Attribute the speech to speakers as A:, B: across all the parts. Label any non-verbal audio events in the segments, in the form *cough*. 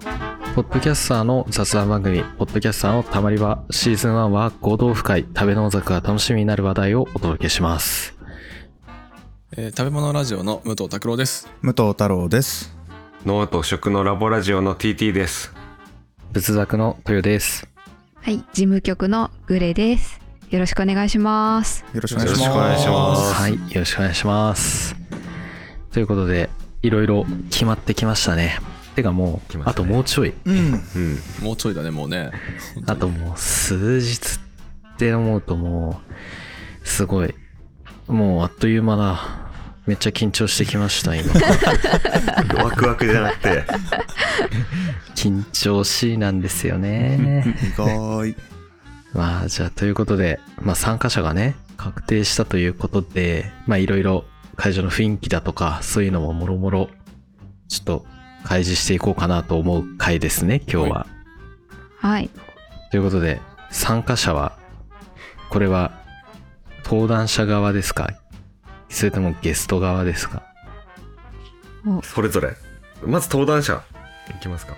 A: ポッドキャスターの雑談番組、ポッドキャスターのたまり場、シーズン1は合同深い食べ農作が楽しみになる話題をお届けします。
B: えー食べ物ラジオの武藤拓郎です。
C: 武藤太郎です。
D: 脳と食のラボラジオの TT です。
A: 仏作の豊です。
E: はい、事務局のグレです。よろしくお願いします。
C: よろしくお
D: よ
C: 願い
D: ろ
C: し
D: しくお願
C: ま
D: い
C: す。
D: します。
A: はい、よろしくお願いします。ということで、いろいろ決まってきましたね。てかもう、
D: 来ましたね
A: あともうちょい、
C: うん。
D: うん。
B: もうちょいだね、もうね。
A: あともう数日って思うともう、すごい、もうあっという間だ。めっちゃ緊張してきました、
D: *laughs*
A: 今。
D: ワクワクじゃなくて。
A: 緊張しいなんですよね。
C: 意外。
A: まあじゃあということで、まあ、参加者がね確定したということでまあいろいろ会場の雰囲気だとかそういうのももろもろちょっと開示していこうかなと思う回ですね今日は。
E: はい、
A: ということで参加者はこれは登壇者側ですかそれともゲスト側ですか
D: *laughs* それぞれ。まず登壇者。いきますか。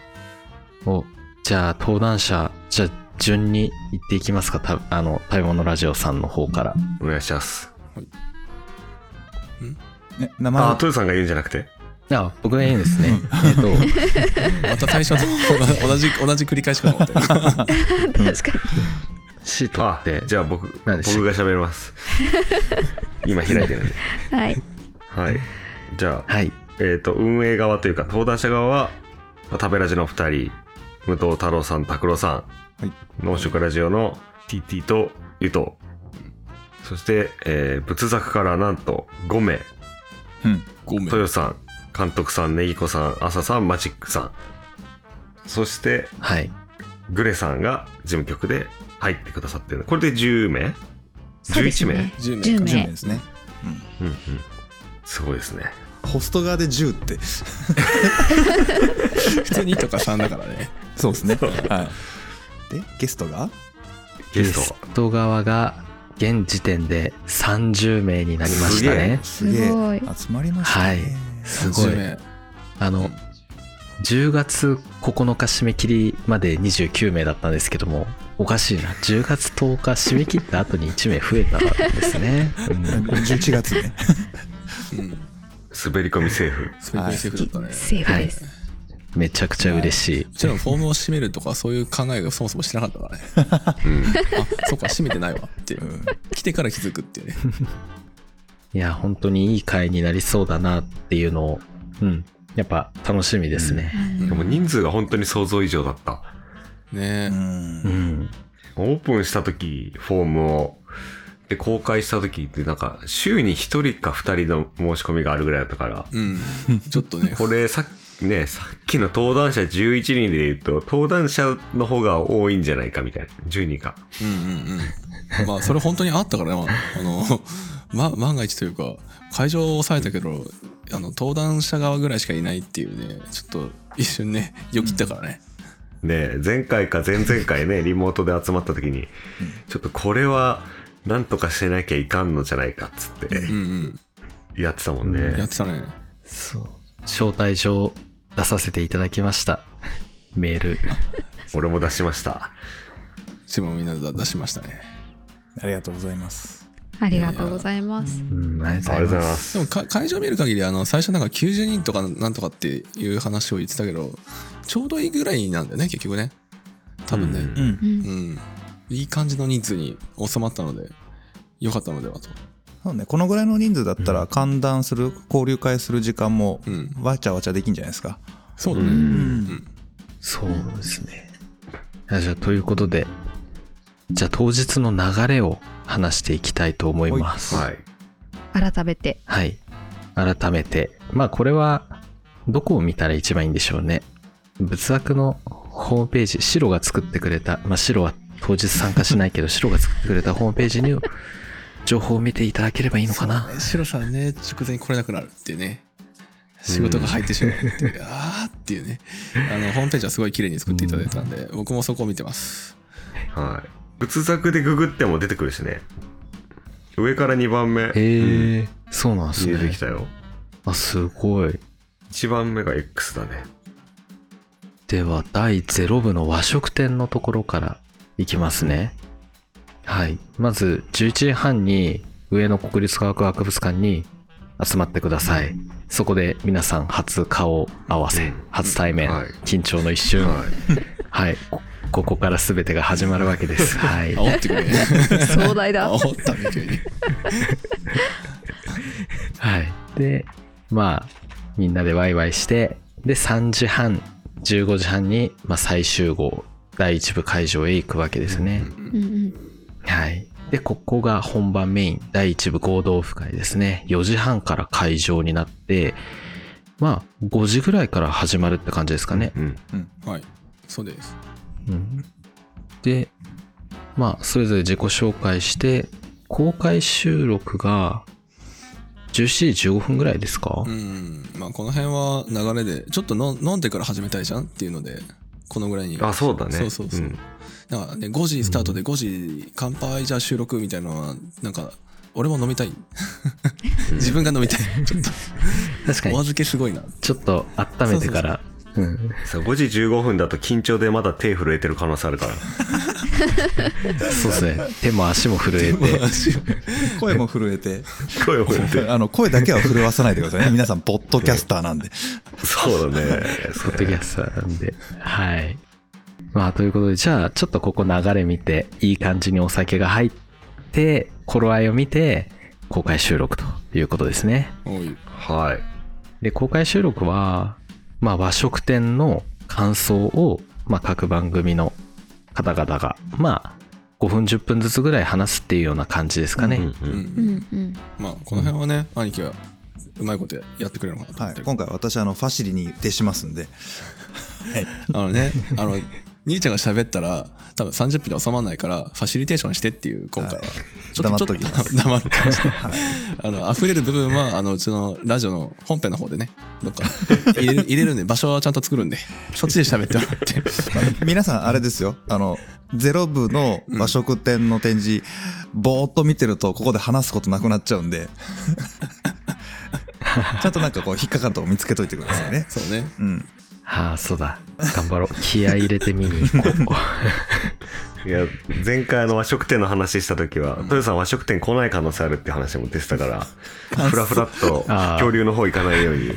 A: をじゃあ登壇者じゃあ順に行っていきますかたあの食べ物ラジオさんの方から。
D: お願いします。
C: ね、名前
D: あ、
C: は
D: トヨさんが言うんじゃなくて。
A: あ僕が言うんですね。えっと *laughs*
B: また最初と *laughs* 同じ、同じ繰り返しかと思って。
E: 確かに。
A: シート
D: あ
A: っ、て
D: じゃあ僕、僕
A: 何でした
D: が喋ります。 *laughs* 今開いてるんで。
B: *laughs*
E: はい、
D: はい。じゃあ、
A: はい。
D: えっ、と、運営側というか、登壇者側は、まあ食べラジのお二人、武藤太郎さん、拓郎さん、
C: はい
D: 農食ラジオの TT とゆと、そして、えー、仏作からなんと5名、
C: うん。
B: ごめん。
D: 豊さん監督さんねぎこさん朝さんマチックさんそして
A: はい。
D: グレさんが事務局で入ってくださってるのこれで10名
E: そうです
D: 11名、
E: ね。
B: 10名
E: 10
B: か。
C: 10名
E: 名
C: で。すね。
D: うんうんすごいですね
C: ホスト側で10って。
B: 普通にとか3だからね。
C: そうですね。はい。で、ゲストが
D: ゲ
A: ゲ
D: ス
A: ス
D: ト
A: ト側が現時点で30名になりましたね。
C: すげえ
E: すごい
C: 集まりました
A: はい
C: ね。
A: すごい
B: 10。名
A: あの、10月9日締め切りまで29名だったんですけども、おかしいな。10月10日締め切った後に1名増えたんですね。うん
C: 11月ね。
B: うん。
D: 滑り込みセーフ
B: そういうセーフだったね。
E: セーフです。
A: めちゃくちゃ嬉しい。
B: うちらのフォームを締めるとか、そういう考えがそもそもしてなかったからね。あ、そうか、締めてないわっていうう。
C: ん。
B: 来てから気づくっていうね。
A: いや、本当にいい回になりそうだなっていうのを、うん。やっぱ楽しみですね。
D: でも人数が本当に想像以上だった
B: ね
C: う
B: え。
A: うんん。
D: オープンした時フォームをで公開した時ってなんか週に1人か2人の申し込みがあるぐらいだったから
B: うん。ちょっとね。
D: これさっきねさっきの登壇者11人で言うと登壇者の方が多いんじゃないかみたいな10人か
B: うんうんうん。まあ、それ本当にあったからね、まあ、あの、 *laughs* ま、万が一というか、会場を抑えたけど、あの、登壇者側ぐらいしかいないっていうね、ちょっと一瞬ね、よぎったからね。
D: ね前回か前々
B: *laughs*
D: 回ねリモートで集まった時にちょっとこれはなんとかしなきゃいかんのじゃないかっつっ
B: うん
D: てやってたもん
B: うん。や
D: ね
B: ってたね。
A: そう。招待状出させていただきました。 *laughs* メール。
D: 俺も出しました
B: チームもみんなで出しましたね。
C: ありがとうございます。
E: ありがとうございます。
A: うん、あり
D: ありがとうございま。
B: ですもか会場見る限り、あの、最初なんか90人とかなんとかっていう話を言ってたけど、ちょうどいいぐらいなんだよね、結局ね。多分
D: うん
B: ね。
C: ん。
E: うん
B: うん。いい感じの人数に収まったので、良かったのではと。
C: そうね、このぐらいの人数だったら、歓談する、交流会する時間も
B: うん、
C: わちゃわちゃできんじゃないですか。
B: そう
D: う
B: だね。
D: ん
A: そうですね。あじゃあ、ということで、じゃあ当日の流れを話していきたいと思います。
D: はい
E: 改
B: *laughs*
E: めて。
A: はい。改めて、まあこれは、どこを見たら一番いいんでしょうね。仏作のホームページ、白が作ってくれた、まあ白は当日参加しないけ *laughs* ど、白が作ってくれたホームページに情報を見ていただければいいのかな。
B: シロさんね、直前に来れなくなるっていうね。仕事が入ってしまうっていう、あーっていうね。あの、ホームページはすごい綺麗に作っていただいたんで、僕もそこを見てます。
D: はい仏作でググっても出てくるしね上から2番目
A: へえ、そうなんです
D: 出て
A: ね
D: き。たよ
A: あ、すごい。
D: 1番目が X だね
A: では第0部の和食店のところからいきますねはいまず11時半に上野国立科学博物館に集まってくださいそこで皆さん初顔合わせ初対面、
D: はい
A: 緊張の一瞬はい、こここから全てが始まるわけですはい
B: 煽ってくれ。
E: 壮大だ。
B: 煽ったね、急に。
A: はい。で、まあ、みんなでワイワイして、で、3時半、15時半に、まあ、最終号、第1部会場へ行くわけですね。
E: うんうん。
A: はい。で、ここが本番メイン、第1部合同オフ会ですね。4時半から会場になって、まあ、5時ぐらいから始まるって感じですかね。
D: うん。
B: はい。そうです。
A: うんで、まあ、それぞれ自己紹介して、公開収録が、17時15分ぐらいですか、
B: うん。まあ、この辺は流れで、ちょっとの飲んでから始めたいじゃんっていうので、このぐらいに。
D: あ、そうだね。
B: そうそうそう。
D: ん
B: なんかね、5時スタートで5時乾杯じゃあ収録みたいなのは、なんか、俺も飲みたい。 *laughs* 自分が飲みたい。ちょっと、
A: 確かに
B: お預けすごいな。
A: ちょっと温めてから。うん
D: そう5時15分だと緊張でまだ手震えてる可能性あるから。
A: そうですね。手も足も震えて。
C: *laughs* 声も震えて、
D: 声を震えて。
C: あの、声だけは震わさないでくださいね。皆さん、ポッドキャスターなんで。
D: そうだね。そ
A: ポッドキャスターなんで。はい。まあ、ということで、じゃあ、ちょっとここ流れ見て、いい感じにお酒が入って、頃合いを見て、公開収録ということですね。
B: おい。
D: はい。
A: で、公開収録は、まあ、和食店の感想を、まあ、各番組の方々が、まあ、5分、10分ずつぐらい話すっていうような感じですかね。
D: うんう
B: うん。
E: うんんうん。
B: まあ、この辺はね、兄貴は、うまいことやってくれるのかなと
C: は
B: 思
C: い
B: って。る。
C: 今回、私、あの、ファシリに徹しますんで。 *laughs*
B: あのね、 *laughs* あの、兄ちゃんが喋ったら、多分30分で収まらないから、ファシリテーションしてっていう、今回は。ちょ
C: 黙っ
B: と
C: ときます
B: ちょと黙るかも *laughs* しれないあの、溢れる部分は、あの、うちのラジオの本編の方でね、どっか入 *laughs* れる入れるんで、場所はちゃんと作るんで、そっちで喋ってもらって。
C: 皆さん、あれですよ。あの、ゼロ部の和食店の展示、ぼーっと見てると、ここで話すことなくなっちゃうんで。ちゃんとなんかこう、引っかかるとこ見つけといてくださいね。
B: *laughs* そうね。
C: うん。
A: ああ、そうだ。頑張ろう。気合い入れて見に行こう。
D: いや、前回あの和食店の話した時は、豊さん和食店来ない可能性あるって話も出てたから、ふらふらっと
A: あー
D: 恐竜の方行かないように。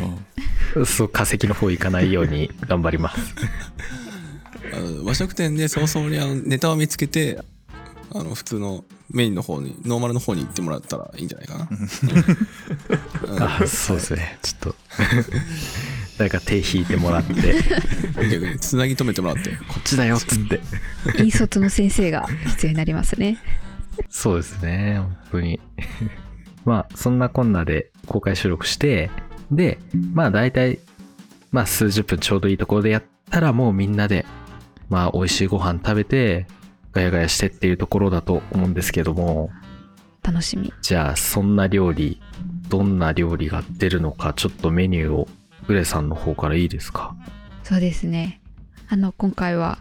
A: そう、 *laughs* 化石の方行かないように頑張ります。
B: あの和食店で早々にあのネタを見つけて、あの、普通のメインの方に、ノーマルの方に行ってもらったらいいんじゃないかな。
A: あそうです *laughs* ね。ちょっと。誰か手引いても *laughs* らって、
B: 逆に、つなぎ止めてもらって。
A: こっちだよっつって。
E: 引率の先生が必要になりますね。
A: *laughs* そうですね。本当に。 *laughs* まあ、そんなこんなで公開収録して、で、まあ大体、まあ数十分ちょうどいいところでやったらもうみんなで、まあ美味しいご飯食べて、ガヤガヤしてっていうところだと思うんですけども、
E: 楽しみ。
A: じゃあそんな料理どんな料理が出るのかちょっとメニューをグレさんの方からいいですか
E: そうですね。あの今回は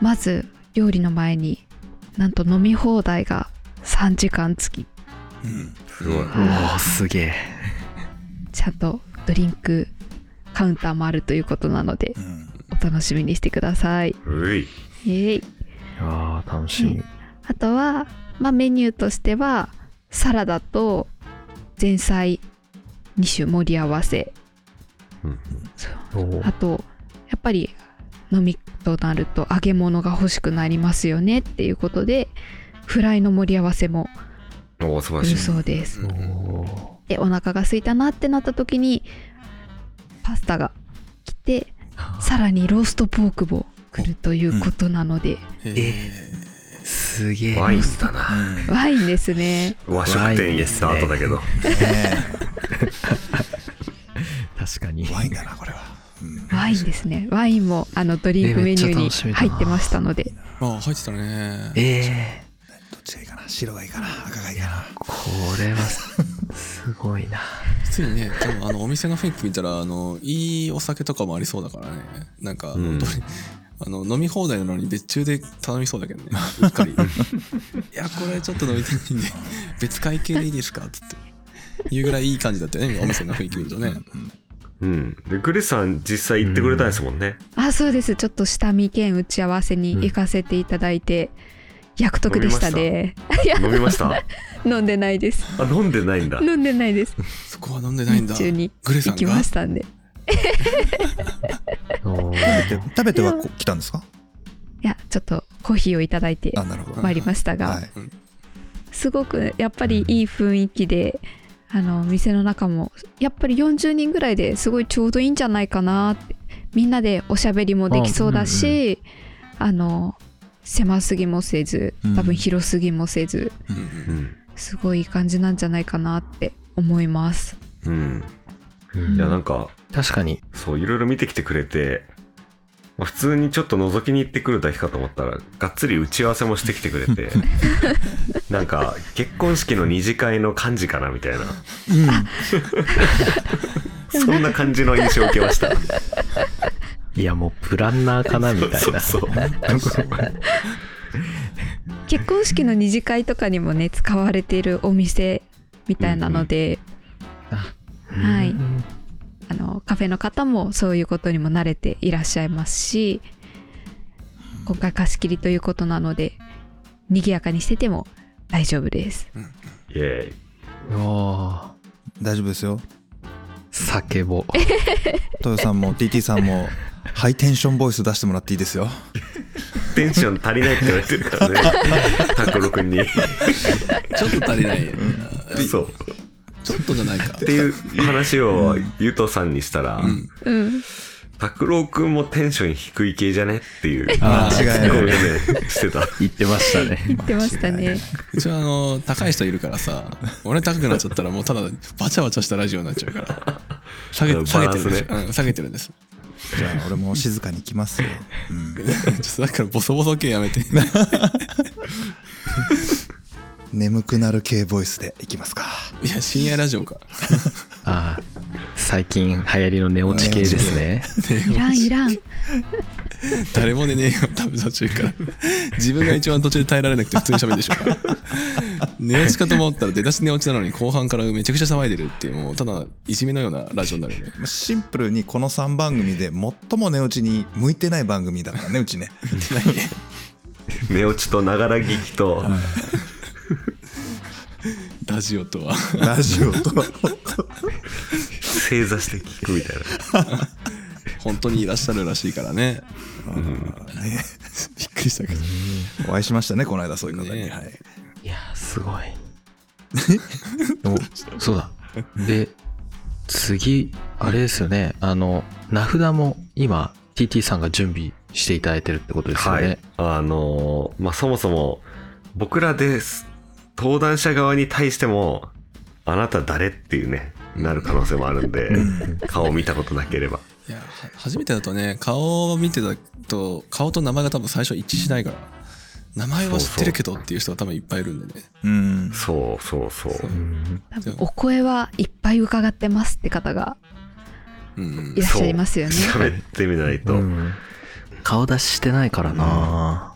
E: まず料理の前になんと飲み放題が3時間付き。
D: すごい。
A: おおすげえ
E: ちゃんとドリンクカウンターもあるということなので
C: うん。
E: お楽しみにしてください。
D: うい。
E: イエイ。
A: あー楽しみ、
E: うんあとは、まあ、メニューとしてはサラダと前菜2種盛り合わせ
D: うん
E: そう
A: おー
E: あとやっぱり飲みとなると揚げ物が欲しくなりますよねっていうことでフライの盛り合わせも
D: おお、素晴ら
E: ある
D: しい。
E: そうです
B: うん
A: おー
E: でお腹が空いたなってなった時にパスタが来てさらにローストポークも来るということなので、
B: え
A: すげえ
D: ワインだな。
E: ワインですね
B: *laughs*
D: 和食店行った後だけど。
C: ね
A: 確かに
C: えワインだな、これは。うん
E: ワインですね。ワインもあのドリンクメニュー
A: えめっちゃ
E: に
A: 楽しみだ
E: 入ってましたので、
B: ああ、入ってたね。
A: ええ
C: どっちがいいかな白がいいかな赤がいいかな
A: これはすごいな
B: 普通にね、多分あのお店の雰囲気見たら、あの、いいお酒とかもありそうだからね。なんか、あの
D: うん
B: どれあの飲み放題なのに別注で頼みそうだけどね。うっかり。いや、これちょっと飲みたいんで、別会計でいいですかつって。言うぐらいいい感じだったよね、お店の雰囲気見るとね。
D: うん。で、グレさん実際行ってくれたんですもんね。
E: あそうですちょっと下見兼打ち合わせに行かせていただいて、約束でしたねいや
D: 飲みましたあ、
E: 飲んでないです
D: 飲んでないんだ。
E: 飲んでないです
B: そこは飲んでないん
E: 日
B: だ
E: 中に
B: グレさ
E: 行
B: ん
E: き
B: が
E: ましたんで
A: おー
C: で食べてはこ来たんですか
E: いやちょっとコーヒーをいただいて
C: あなるほど
E: まいりましたが、
C: はい
E: すごくやっぱりいい雰囲気であの店の中もやっぱり40人ぐらいですごいちょうどいいんじゃないかなってみんなでおしゃべりもできそうだしあ,、の狭すぎもせず多
C: うん
E: 分広すぎもせず、
B: うんうん
D: うん。
E: すごいいい感じなんじゃないかなって思います。
D: うん。
A: うん
D: いや、なんか、
A: 確かに。
D: そう、いろいろ見てきてくれて、まあ普通にちょっと覗きに行ってくるだけかと思ったら、がっつり打ち合わせもしてきてくれて、なんか、結婚式の二次会の感じかなみたいな、 *laughs* そんな感じの印象を受けました。
A: いや、もうプランナーかなみたいな。
D: そうそうそう。
E: 結婚式の二次会とかにもね使われているお店みたいなので、はい
A: うん
E: あのカフェの方もそういうことにも慣れていらっしゃいますし今回貸し切りということなので賑やかにしてても大丈夫です
D: イエーイ。
A: お
C: 大丈夫ですよ
A: ー酒ぼ。
C: 豊さんも TT さんもハイテンションボイス出してもらっていいですよ
D: テンション足りないって言われてるからね、タコロ君に。
B: ちょっと足りない
D: そう。
B: ちょっとじゃないか
D: っていう話をゆとさんにしたら、
B: うん
E: うん
D: 拓郎くんもテンション低い系じゃねっていう、
C: あー間違いない
D: コメントねしてた。
A: 言ってました
D: *laughs*
A: ね。
E: 言ってました
C: 間違い
E: ね
B: うちはあの高い人いるからさ俺高くなっちゃったらもうただバチャバチャしたラジオになっちゃうから下げ下げてるんです、
D: バランス
B: うん下げてるんです
C: じゃあ俺も静かに行きますよ、うん
B: ちょっとだからボソボソ系やめて *laughs*
C: 眠くなる系ボイスでいきますか
B: いや深夜ラジオか
A: ああ、最近流行りの寝落ち系ですね。
E: いらんいらん
B: 誰も寝ねえよ多分途中から自分が一番途中で耐えられなくて普通に喋るでしょ寝落ちかと思ったら出だし寝落ちなのに後半からめちゃくちゃ騒いでるっていうもうただいじめのようなラジオになるよね
C: シンプルにこの3番組で最も寝落ちに向いてない番組だからねうちね
D: 寝落ちとながら聞きと、
B: ラジオとは
C: *laughs* ラジオと
D: 正座して聞くみたいな。
B: 本当にいらっしゃるらしいからね
C: ね
B: びっくりしたけど
C: お会いしましたねこの間そういう方に、
B: ね
C: はい、
A: いやー、すごい。おそうだ。で、次、あれですよね。あの、名札も今、TT さんが準備していただいてるってことですよ
D: は
A: ね。
D: い。あのーまあ、そもそも、僕らです。登壇者側に対しても、あなた誰っていうね、なる可能性もあるんで、顔を見たことなければ。
B: いやは初めてだとね顔を見てたと顔と名前が多分最初一致しないから名前は知ってるけどっていう人が多分いっぱいいるんでね
C: うん
D: そうそうそ
A: う
D: う。
A: ん
E: 多分お声はいっぱい伺ってますって方が
B: うん
E: いらっしゃいますよね
D: そう喋ってみないと、
A: うん顔出ししてないからな、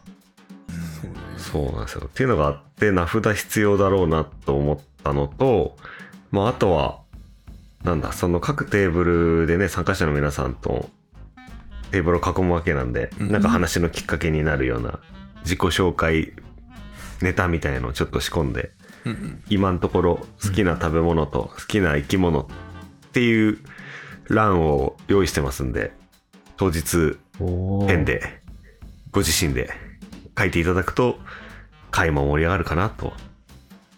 D: そうなんですよ。っていうのがあって、名札必要だろうなと思ったのと、まあ、あとは、なんだ、その各テーブルでね、参加者の皆さんとテーブルを囲むわけなんで、
B: うん
D: なんか話のきっかけになるような自己紹介ネタみたいのをちょっと仕込んで、
B: うんうん
D: 今のところ好きな食べ物と好きな生き物っていう欄を用意してますんで、当日
A: おー
D: ペンで、ご自身で書いていただくと、会も盛り上がるかなと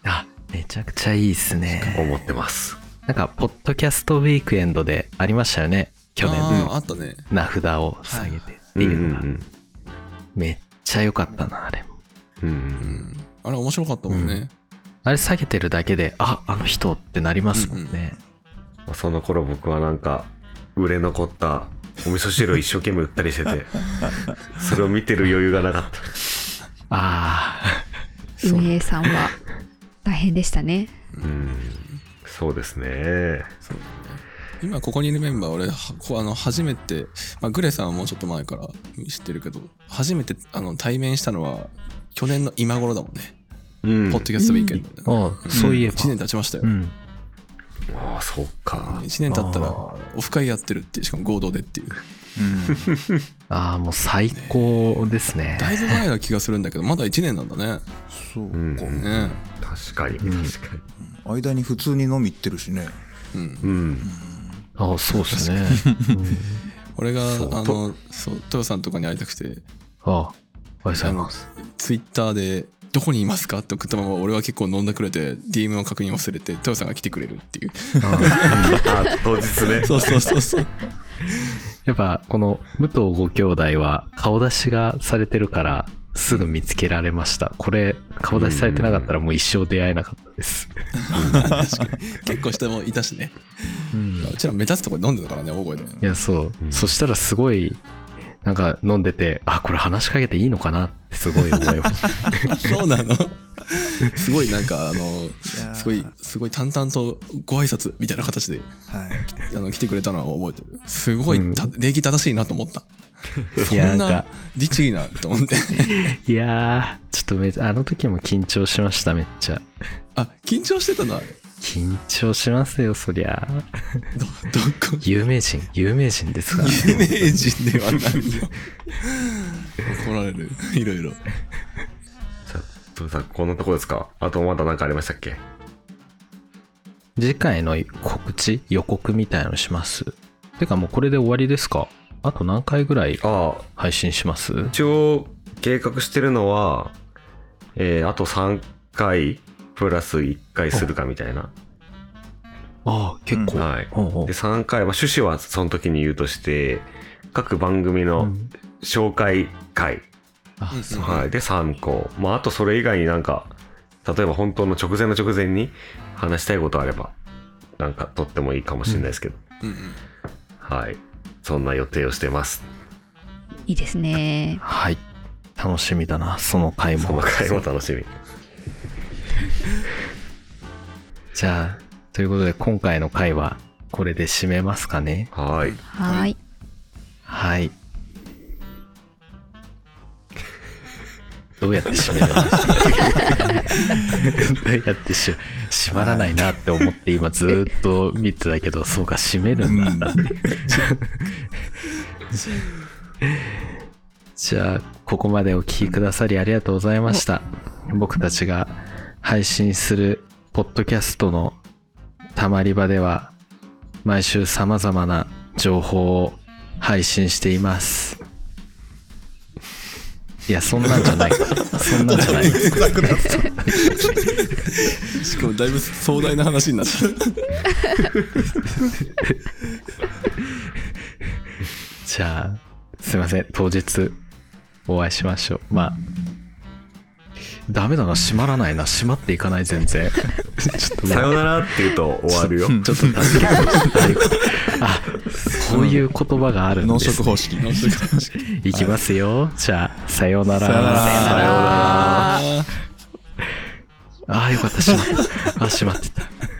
A: あめちゃくちゃいいっすね
D: 思ってます。
A: なんかポッドキャストウィークエンドでありましたよね去年
B: あー
A: の
B: あったね
A: 名札を下げてって
D: うんう
A: い
D: ん
A: うのが、めっちゃ良かったなあれも
D: うん。うんう
B: うんんあれ面白かったもんね、
A: あれ下げてるだけでああの人ってなりますもんね、
D: まあその頃僕はなんか、売れ残ったお味噌汁を一生懸命売ったりし
A: *laughs*
D: てて、それを見てる余裕がなかった。
A: あ
E: 運営さんは大変でしたね
D: うん。そうですね。
B: 今ここにいるメンバー俺はこうあの初めて、まあ、グレさんはもうちょっと前から知ってるけど初めてあの対面したのは去年の今頃だもんね、
D: うん
B: ポッドキャストウィークエンドで
A: あ、うん、そういえば
B: 1年経ちましたよ、
A: うん
D: ああ、そうか。
B: 1年経ったら
A: あ
B: オフ会やってるっていうしかも合同でっていう
C: うん
A: ああ、もう最高ですね。
B: だいぶ前な気がするんだけどまだ1年なんだね
C: そうか
D: うん
C: ね
B: ね
D: 確かに、
A: うん
D: 確かに。
C: 間に普通に飲み行ってるしね
B: うん
D: うん。
A: ああ、そうですね。うん
B: 俺が
A: そう
B: あの
A: と
B: そう豊さんとかに会いたくて
A: ああ、おはようございます。
B: ツイッターで「どこにいますか?」って送ったまま俺は結構飲んだくれて DM の確認忘れて豊さんが来てくれるっていう
D: あ当日ね。
B: そうそうそう *laughs* そう
A: やっぱ、この武藤ご兄弟は顔出しがされてるから、すぐ見つけられました。これ、顔出しされてなかったらもう一生出会えなかったです。
B: 結構人もいたしね
A: うん
B: うちら目立つとこで飲んでたからね大声で
A: いや、そう
D: う。ん
A: そしたらすごい、なんか飲んでて、あ、これ話しかけていいのかなってすごい思いました。
B: そうなの *laughs* すごいなんかあの
C: やー
B: すごいすごい淡々とご挨拶みたいな形で
C: はい
B: あの来てくれたのは覚えてるすご
A: う
B: い
A: ん
B: た礼儀正しいなと思ったそ
A: いや
B: ん
A: なん
B: な
A: か
B: 律儀なと思って
A: *laughs* いやー、ちょっとめっちゃあの時も緊張しました、めっちゃ。
B: あ緊張してたな
A: 緊張しますよ、そりゃ。
B: どどこ
A: 有名人、有名人です *laughs* から。
B: 有名人ではないよ怒られるいろいろ
D: じゃあ、どうさん、こんなとこですかあとまだ何かありましたっけ
A: 次回の告知予告みたいのしますてかもうこれで終わりですかあと何回ぐらい
D: ああ、
A: 配信します
D: 一応計画してるのは、えーあと3回プラス1回するかみたいな。
A: ああ結構、
D: はい。
A: おうおう
D: で、3回、まあ、趣旨はその時に言うとして、各番組
A: う
D: の
A: ん
D: 紹介会、
A: あ
B: うん
A: そう
D: はい、で3個、まあ、あとそれ以外になんか例えば本当の直前の直前に話したいことあればなんかとってもいいかもしれないですけど、
B: うんうん
D: はいそんな予定をしてます
E: いいですね
A: はい楽しみだなその回
D: その
A: も
D: 回も楽しみ
A: じゃあということで今回の回はこれで締めますかね
D: はい
E: はい
A: はいどうやって締めるんですかどうやってし締まらないなって思って今ずーっと見てたけどそうか締めるんだ
C: うん
A: じゃあここまでお聞きくださりありがとうございました僕たちが配信するポッドキャストのたまり場では毎週さまざまな情報を配信していますいやそんなんじゃない
C: *laughs*
A: そんなんじゃない
B: *laughs* しかもだいぶ壮大な話になった
A: じゃあすいません当日お会いしましょうまあダメだな閉まらないな閉まっていかない全然ちょっと
D: さ
A: もう
D: よならって言うと終わるよ
A: ちょっと助けてほしいということあ、そういう言葉があるん
C: 農
A: です、
C: 食
A: ね。
C: 方式
B: 面白かった
A: いきますよ。じゃあ、さようなら。
C: さようなら
D: さようなら
E: あ
B: あー
A: ああ、よかった。しまった。あ、しまってた。